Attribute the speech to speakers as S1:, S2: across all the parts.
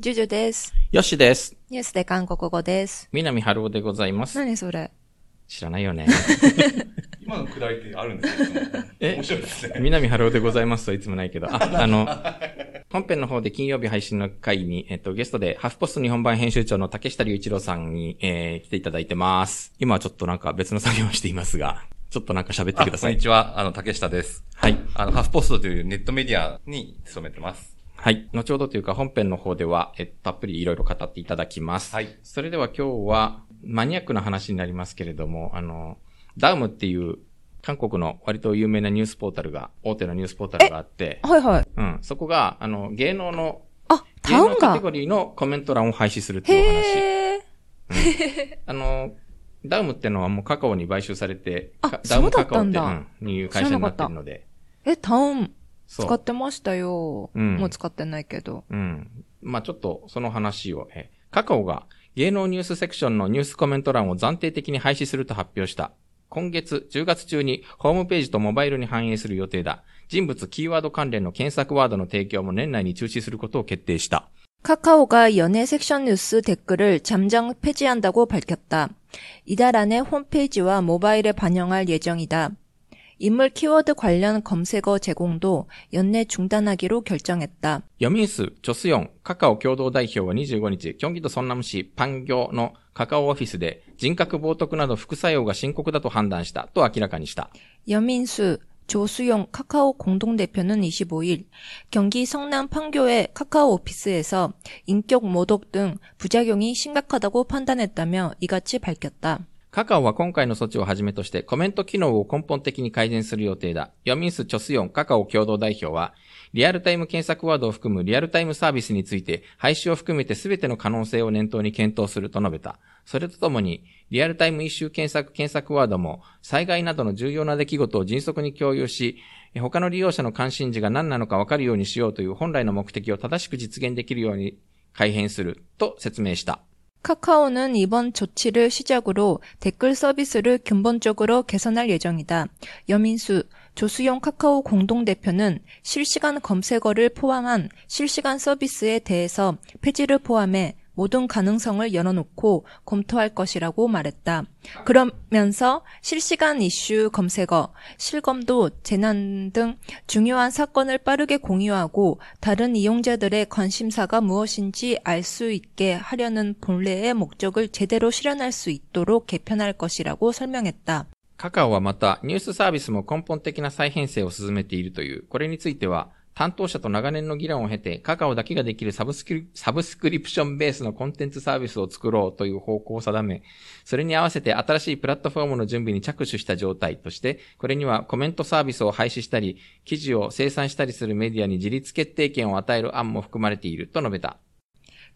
S1: ジュジュです。
S2: よしです。
S1: ニュースで韓国語です。
S2: 南春夫でございます。
S1: 何それ
S2: 知らないよ ね。
S3: 今のくだりってあるんですよ。
S2: え
S3: 面白いですね。
S2: 南春夫でございますとはいつもないけど。 あ、あの、本編の方で金曜日配信の回に、えっと、ゲストでハフポスト日本版編集長の竹下隆一郎さんに、えー来ていただいてます。今はちょっとなんか別の作業をしていますが、ちょっとなんか喋って
S3: あ
S2: くだ
S3: こ
S2: さ
S3: んに
S2: い。
S3: ちは。あの、竹下です。
S2: はい。
S3: あの、ハフポストというネットメディアに勤めてます。
S2: はい。後ほどというか本編の方では、えっと、たっぷりいろいろ語っていただきます。
S3: はい
S2: それでは今日は、マニアックな話になりますけれども、あの、ダウムっていう、韓国の割と有名なニュースポータルが、大手のニュースポータルがあって、
S1: はいはい。
S2: うん、そこが、あの、芸能の、
S1: あ、
S2: 芸
S1: タウ
S2: 能
S1: ン
S2: カテ
S1: が
S2: ゴリーのコメント欄を廃止するっていうお話。
S1: へー。
S2: あの、ダウムってのはもうカカオに買収されて、
S1: あ
S2: かダウムカカ
S1: そ
S2: オ
S1: うだったんだ
S2: うん、いう会社になってるので。
S1: え、タウン
S2: そう
S1: 使ってましたよ。
S2: うん
S1: もう使ってないけど。
S2: うん。まあちょっとその話を、え、カカオが芸能ニュースセクションのニュースコメント欄を暫定的に廃止すると発表した。今月10月中にホームページとモバイルに反映する予定だ。人物キーワード関連の検索ワードの提供も年内に中止することを決定した。
S1: 카카오가 연애 섹션 뉴스 댓글을 잠정 폐지한다고 밝혔다. 이달 안에 홈페이지와 모바일에 반영할 예정이다. 인물 키워드 관련 검색어 제공도 연내 중단하기로 결정했다.
S2: ヨミンス、チョスヨン、カカオ共同代表は25日、京畿道ソンナム市パンギョのカカオオフィスで人格冒涜など副作用が深刻だと判断したと明らかにした。
S1: 여민수, 조수용 카카오 공동대표는 25일 경기 성남 판교의 카카오 오피스에서 인격 모독 등 부작용이 심각하다고 판단했다며 이같이 밝혔다.
S2: カカオは今回の措置をはじめとしてコメント機能を根本的に改善する予定だ。ヨミンス・チョスヨンカカオ共同代表は、リアルタイム検索ワードを含むリアルタイムサービスについて、廃止を含めて全ての可能性を念頭に検討すると述べた。それとともに、リアルタイム一周検索検索ワードも、災害などの重要な出来事を迅速に共有し、え他の利用者の関心事が何なのかわかるようにしようという本来の目的を正しく実現できるように改変すると説明した。
S1: 카카오는 이번 조치를 시작으로 댓글 서비스를 근본적으로 개선할 예정이다. 여민수, 조수용 카카오 공동대표는 실시간 검색어를 포함한 실시간 서비스에 대해서 폐지를 포함해 모든 가능성을 열어놓고 검토할 것이라고 말했다. 그러면서 실시간 이슈 검색어, 실검도 재난 등 중요한 사건을 빠르게 공유하고 다른 이용자들의 관심사가 무엇인지 알 수 있게 하려는 본래의 목적을 제대로 실현할 수 있도록 개편할 것이라고 설명했다.
S2: カカオはまた、ニュースサービスも根本的な再編成を進めているという、これについては、担当者と長年の議論を経て、カカオだけができるサブスクリサブスクリプションベースのコンテンツサービスを作ろうという方向を定め、それに合わせて新しいプラットフォームの準備に着手した状態として、これにはコメントサービスを廃止したり、記事を生産したりするメディアに自立決定権を与える案も含まれていると述べた。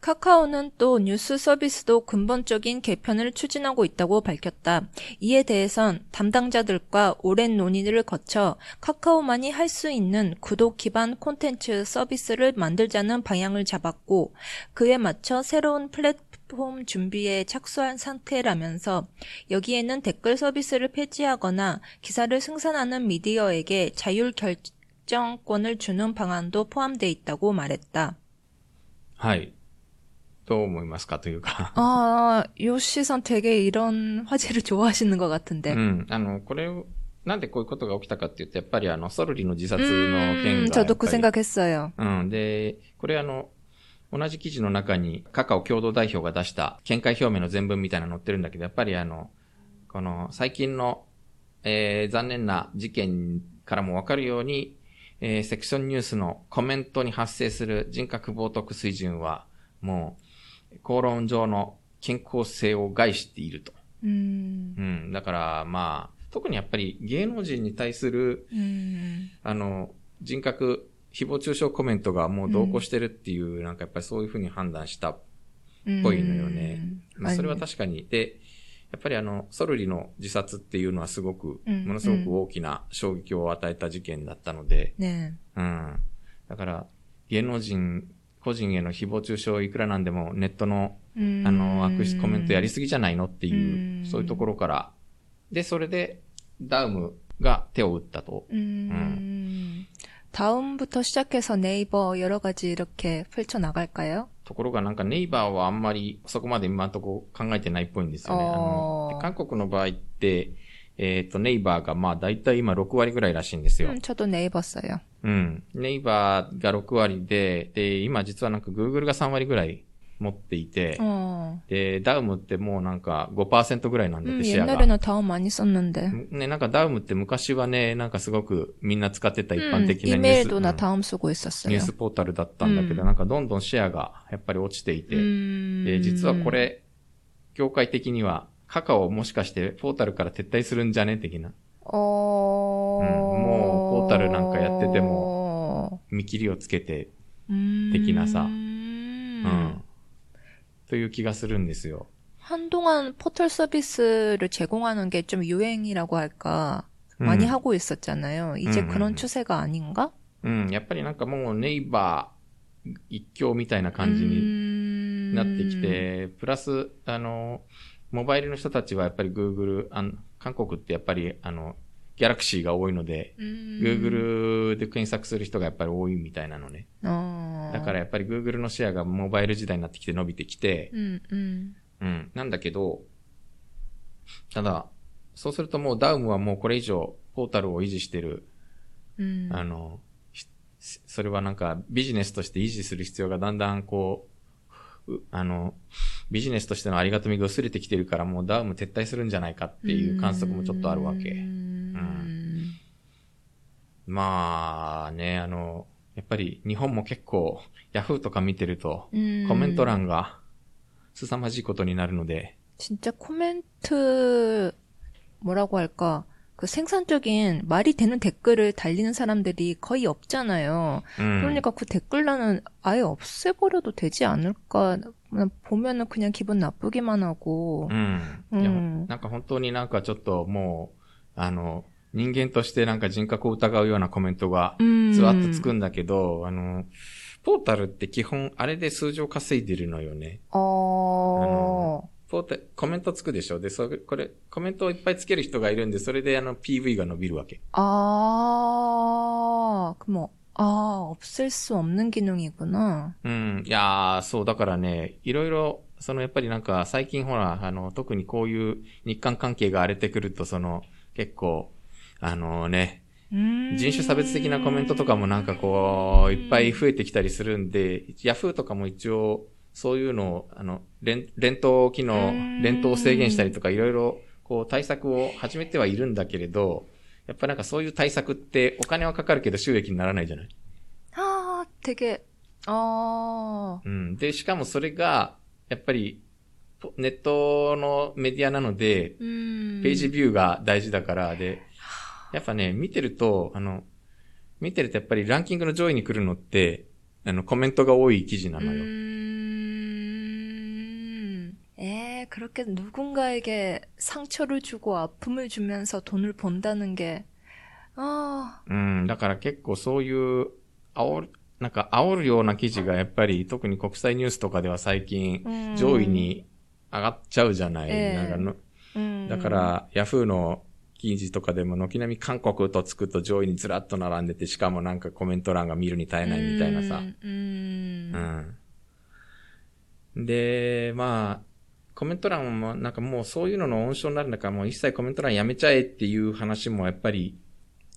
S1: 카카오는 또 뉴스 서비스도 근본적인 개편을 추진하고 있다고 밝혔다. 이에 대해선 담당자들과 오랜 논의를 거쳐 카카오만이 할 수 있는 구독 기반 콘텐츠 서비스를 만들자는 방향을 잡았고 그에 맞춰 새로운 플랫폼 준비에 착수한 상태라면서 여기에는 댓글 서비스를 폐지하거나 기사를 생산하는 미디어에게 자율 결정권을 주는 방안도 포함돼 있다고 말했다.
S2: はい。どう思いますかというか。
S1: 아, 요시 선 되게 이런 화제를 좋아하시는 것 같은데.
S2: うん。あの、これを、なんでこういうことが起きたかっていうと、やっぱりあの、ソルリの自殺の件
S1: 음,
S2: がやっ
S1: 저도
S2: ぱ
S1: 그
S2: り。
S1: 생각했어요.
S2: うん。で、これあの、同じ記事の中に、カカオ共同代表が出した見解表明の全文みたいなの載ってるんだけど、やっぱりあの、この最近の、えー、残念な事件からもわかるように、えー、セクションニュースのコメントに発生する人格冒涜水準は、もう、口論上の健康性を害していると。
S1: 음,
S2: うん。だから、まあ、特にやっぱり芸能人に対する、
S1: 음,
S2: あの、人格、誹謗中傷コメントがもう同行してるっていう、なんかやっぱりそういうふうに判断した。
S1: 음.
S2: 보이네요,네. まあ、
S1: 아니,
S2: それは確かに。で、やっぱりあの、ソルリの自殺っていうのはすごく、
S1: うん
S2: ものすごく大きな衝撃を与えた事件だったので、
S1: 네.
S2: うん。だから、芸能人、個人への誹謗中傷いくらなんでもネットの
S1: 음.
S2: あの、悪質コメントやりすぎじゃないのっていうう、
S1: ん
S2: そういうところから。で、それで、ダウムが手を打ったと。
S1: 음. 다음부터 시작해서 네이버 여러 가지 이렇게 펼쳐 나갈까요?
S2: ところがなんかネイバーはあんまりそこまで今んとこ考えてないっぽいんですよね。
S1: あ
S2: あ
S1: ー
S2: ので韓国の場合って、えっ、と、ネイバーがまあ大体今6割ぐらいらしいんですよ。
S1: 음, 저도 네이버 써요.
S2: うん。ネイバーが6割で、で、今実はなんか Google が3割ぐらい持っていて、
S1: 어.
S2: で、ダウムってもうなんか5%ぐらいなんだって
S1: 음,
S2: シェアが。
S1: 옛날에는 다음 많이 썼는데.
S2: ね、なんかダウムって昔はね、なんかすごくみんな使ってた一般
S1: 음,
S2: 的なニュース、
S1: 이메일도
S2: う
S1: 나
S2: ん
S1: 다음 쓰고 있었어요.
S2: ニュースポータルだったんだけど、
S1: うん
S2: なんかどんどんシェアがやっぱり落ちていて、
S1: 음.
S2: で、実はこれ、業界的には、カカオもしかしてポータルから撤退するんじゃね的な
S1: 어.
S2: 음, 뭐, 포털을 난가 야때때 뭐. 見切りをつけて、
S1: 음.
S2: うん。という気がするんですよ。
S1: 한동안 포털 서비스를 제공하는 게 좀 유행이라고 할까 많이
S2: うん
S1: 하고 있었잖아요. 이제
S2: 음, 음,
S1: 그런
S2: 음.
S1: 추세가 아닌가?
S2: うん、やっぱりなんかもうネイバー一強みたいな感じに
S1: 음.
S2: なってきて、プラス、あの、モバイルの人たちはやっぱり Google、あの韓国ってやっぱり、あの、ギャラクシーが多いので、
S1: 음.
S2: Google で検索する人がやっぱり多いみたいなのね。
S1: 어.
S2: だからやっぱり Google のシェアがモバイル時代になってきて伸びてきて、
S1: 음, 음.
S2: うん。なんだけど、ただ、そうするともうダウムはもうこれ以上ポータルを維持してる
S1: 음.
S2: あの、ひそれはなんかビジネスとして維持する必要がだんだんこう、うあの、ビジネスとしてのありがたみが薄れてきてるからもうダウム撤退するんじゃないかっていう観測もちょっとあるわけ。
S1: 음.
S2: まあね、あの、やっぱり日本も結構ヤフーとか見てると
S1: 음.
S2: コメント欄が凄まじいことになるので、
S1: 진짜 코멘트 뭐라고 할까? 그 생산적인 말이 되는 댓글을 달리는 사람들이 거의 없잖아요.
S2: うん。
S1: 그러니까 그 댓글란은 아예 없애버려도 되지 않을까? 그냥 보면은 그냥 기분 나쁘기만 하고.
S2: うん。
S1: うん
S2: いやなんか本当になんかちょっともう、あの、人間としてなんか人格を疑うようなコメントが
S1: 음.
S2: ずわっとつくんだけど、あの、ポータルって基本あれで数字を稼いでるのよね。
S1: 어.
S2: ポータコメントつくでしょで、それ、これ、コメントをいっぱいつける人がいるんで、それであの PV が伸びるわけ。
S1: 아. 그 뭐. 아, 없앨 수 없는 기능이구나.
S2: うん。いやー、そう、だからね、いろいろ、そのやっぱりなんか最近ほら、あの、特にこういう日韓関係が荒れてくると、その、結構、あのね、人
S1: 人
S2: 種差別的
S1: 음.
S2: なコメントとかもなんかこう、いっぱい増えてきたりするんで、ヤフーとかも一応、そういうのを、あの、連、連投機
S1: う
S2: 能
S1: ん、
S2: 連投を制限したりとか、いろいろ、こう、対策を始めてはいるんだけれど、やっぱなんかそういう対策ってお金はかかるけど収益にならないじゃない
S1: 아, 되게, 어,
S2: うん。で、しかもそれが、やっぱり、ポネットのメディアなので、
S1: 음.
S2: ページビューが大事だから、で、やっぱね、見てると、あの、見てるとやっぱりランキングの上位に来るのって、あの、コメントが多い記事なのよ。
S1: 음. 에, 그렇게 누군가에게 상처를 주고 아픔을 주면서 돈을 번다는 게, 아,
S2: うん、だから結構そういう、煽る、なんか煽るような記事がやっぱり、特に国際ニュースとかでは最近、
S1: 음.
S2: 上位に上がっちゃうじゃない。
S1: ええ
S2: なんかの
S1: 음.
S2: だから、ヤフーの記事とかでも、軒並み韓国とつくと上位にずらっと並んでて、しかもなんかコメント欄が見るに耐えないみたいなさ。
S1: 음, 음.
S2: うん。で、まあ、コメント欄も、なんかもうそういうのの温床になるんだから、もう一切コメント欄やめちゃえっていう話もやっぱり、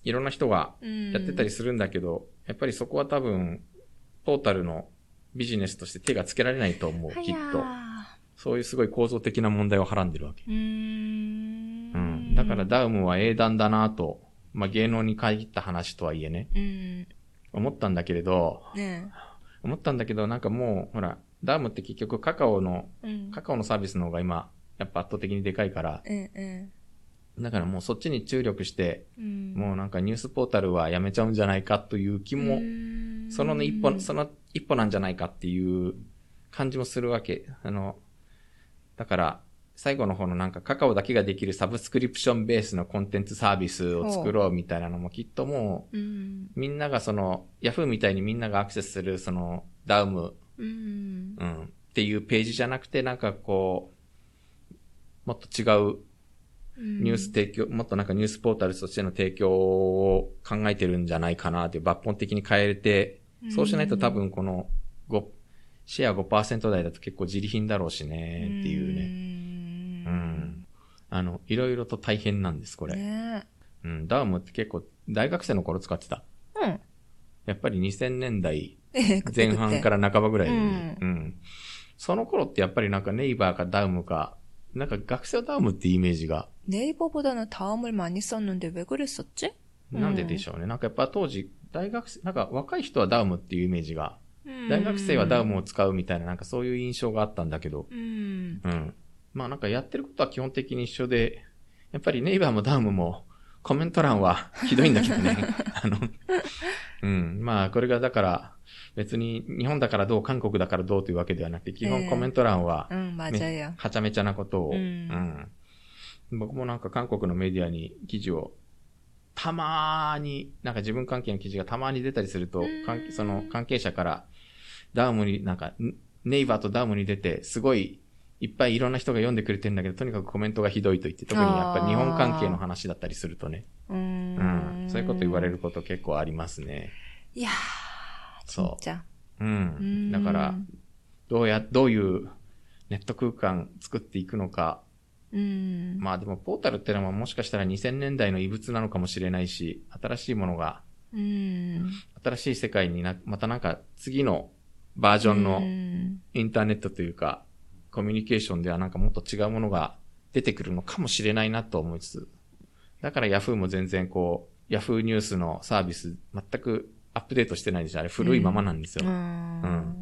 S2: いろんな人が
S1: 음.
S2: やってたりするんだけど、やっぱりそこは多分、ポータルのビジネスとして手がつけられないと思う、きっ
S1: 하야.
S2: と。そういうすごい構造的な問題をはらんでるわけ。
S1: 음.
S2: うん。だからダウムは英断だなと、まあ芸能に限った話とはいえね、
S1: 음.
S2: 思ったんだけれど、
S1: 네.
S2: 思ったんだけど、なんかもう、ほら、ダウムって結局カカオの
S1: 음.
S2: カカオのサービスの方が今、やっぱ圧倒的にでかいから、
S1: 예, 예.
S2: だからもうそっちに注力して、
S1: 음.
S2: もうなんかニュースポータルはやめちゃうんじゃないかという気も、
S1: 음.
S2: その一歩、その一歩なんじゃないかっていう感じもするわけ。あの、だから、最後の方のなんかカカオだけができるサブスクリプションベースのコンテンツサービスを作ろうみたいなのもきっとも
S1: 음.
S2: う、みんながその、ヤフーみたいにみんながアクセスするその、ダウム
S1: 음.
S2: うん、っていうページじゃなくて、なんかこう、もっと違う
S1: 음.
S2: ニュース提供、もっとなんかニュースポータルとしての提供を考えてるんじゃないかなという抜本的に変えれて、そうしないと多分この、ご、シェア5%台だと結構自利品だろうしね、っていうね。
S1: ね
S2: うん。あの、いろいろと大変なんです、これ。
S1: ね
S2: うん。ダウムって結構、大学生の頃使ってた。
S1: えうん。
S2: やっぱり2000年代
S1: ええ、。
S2: 前半からら半ばぐらいに、
S1: う
S2: うんん、その頃ってやっぱりなんかネイバーかダウムか、なんか学生はダウムってイメージが、
S1: 네이버보다는 다음을 많이 썼는데 왜 그랬었지?
S2: なんででしょうね。なんかやっぱ当時、大学生、なんか若い人はダウムっていうイメージが、
S1: 음.
S2: 大学生はダウムを使うみたいななんかそういう印象があったんだけど、
S1: 음.
S2: うん。まあなんかやってることは基本的に一緒で、やっぱりネイバーもダウムもコメント欄はひどいんだけど ね。あの、うん。まあこれがだから別に日本だからどう、韓国だからどうというわけではなくて、基
S1: ええ
S2: 本コメント欄は
S1: 응, 맞아요.
S2: はちゃめちゃなことを、
S1: うん
S2: うん僕もなんか韓国のメディアに記事をたまーに、なんか自分関係の記事がたまーに出たりすると、
S1: うん
S2: 関その関係者からダウムに、なんかんネイバーとダウムに出て、すごいいっぱいいろんな人が読んでくれてるんだけど、とにかくコメントがひどいと言って、特にやっぱ日本関係の話だったりするとね、
S1: 음.
S2: うん、そういうこと言われること結構ありますね。
S1: 이야,
S2: そ
S1: 진짜.
S2: う。うん。
S1: 음.
S2: だから、どうや、どういうネット空間作っていくのか、
S1: 음.
S2: まあでもポータルってのはもしかしたら2000年代の遺物なのかもしれないし、新しいものが、
S1: 음.
S2: 新しい世界にな、またなんか次のバージョンの
S1: 음.
S2: インターネットというか、コミュニケーションではなんかもっと違うものが出てくるのかもしれないなと思いつつ、だから Yahoo も全然こう、Yahoo ニュースのサービス全くアップデートしてないでしょ。あれ古いままなんですよ。
S1: 어.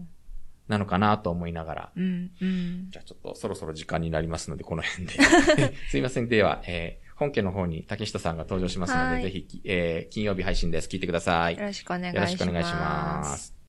S2: なのかなと思いながら。
S1: 음. 음.
S2: じゃあちょっとそろそろ時間になりますので、この辺で。 すいません。では、えー本家の方に竹下さんが登場しますの
S1: は
S2: で、
S1: い
S2: ぜひ、えー金曜日配信です。聞いてください。よ
S1: 요러시고
S2: ろしくお願いします。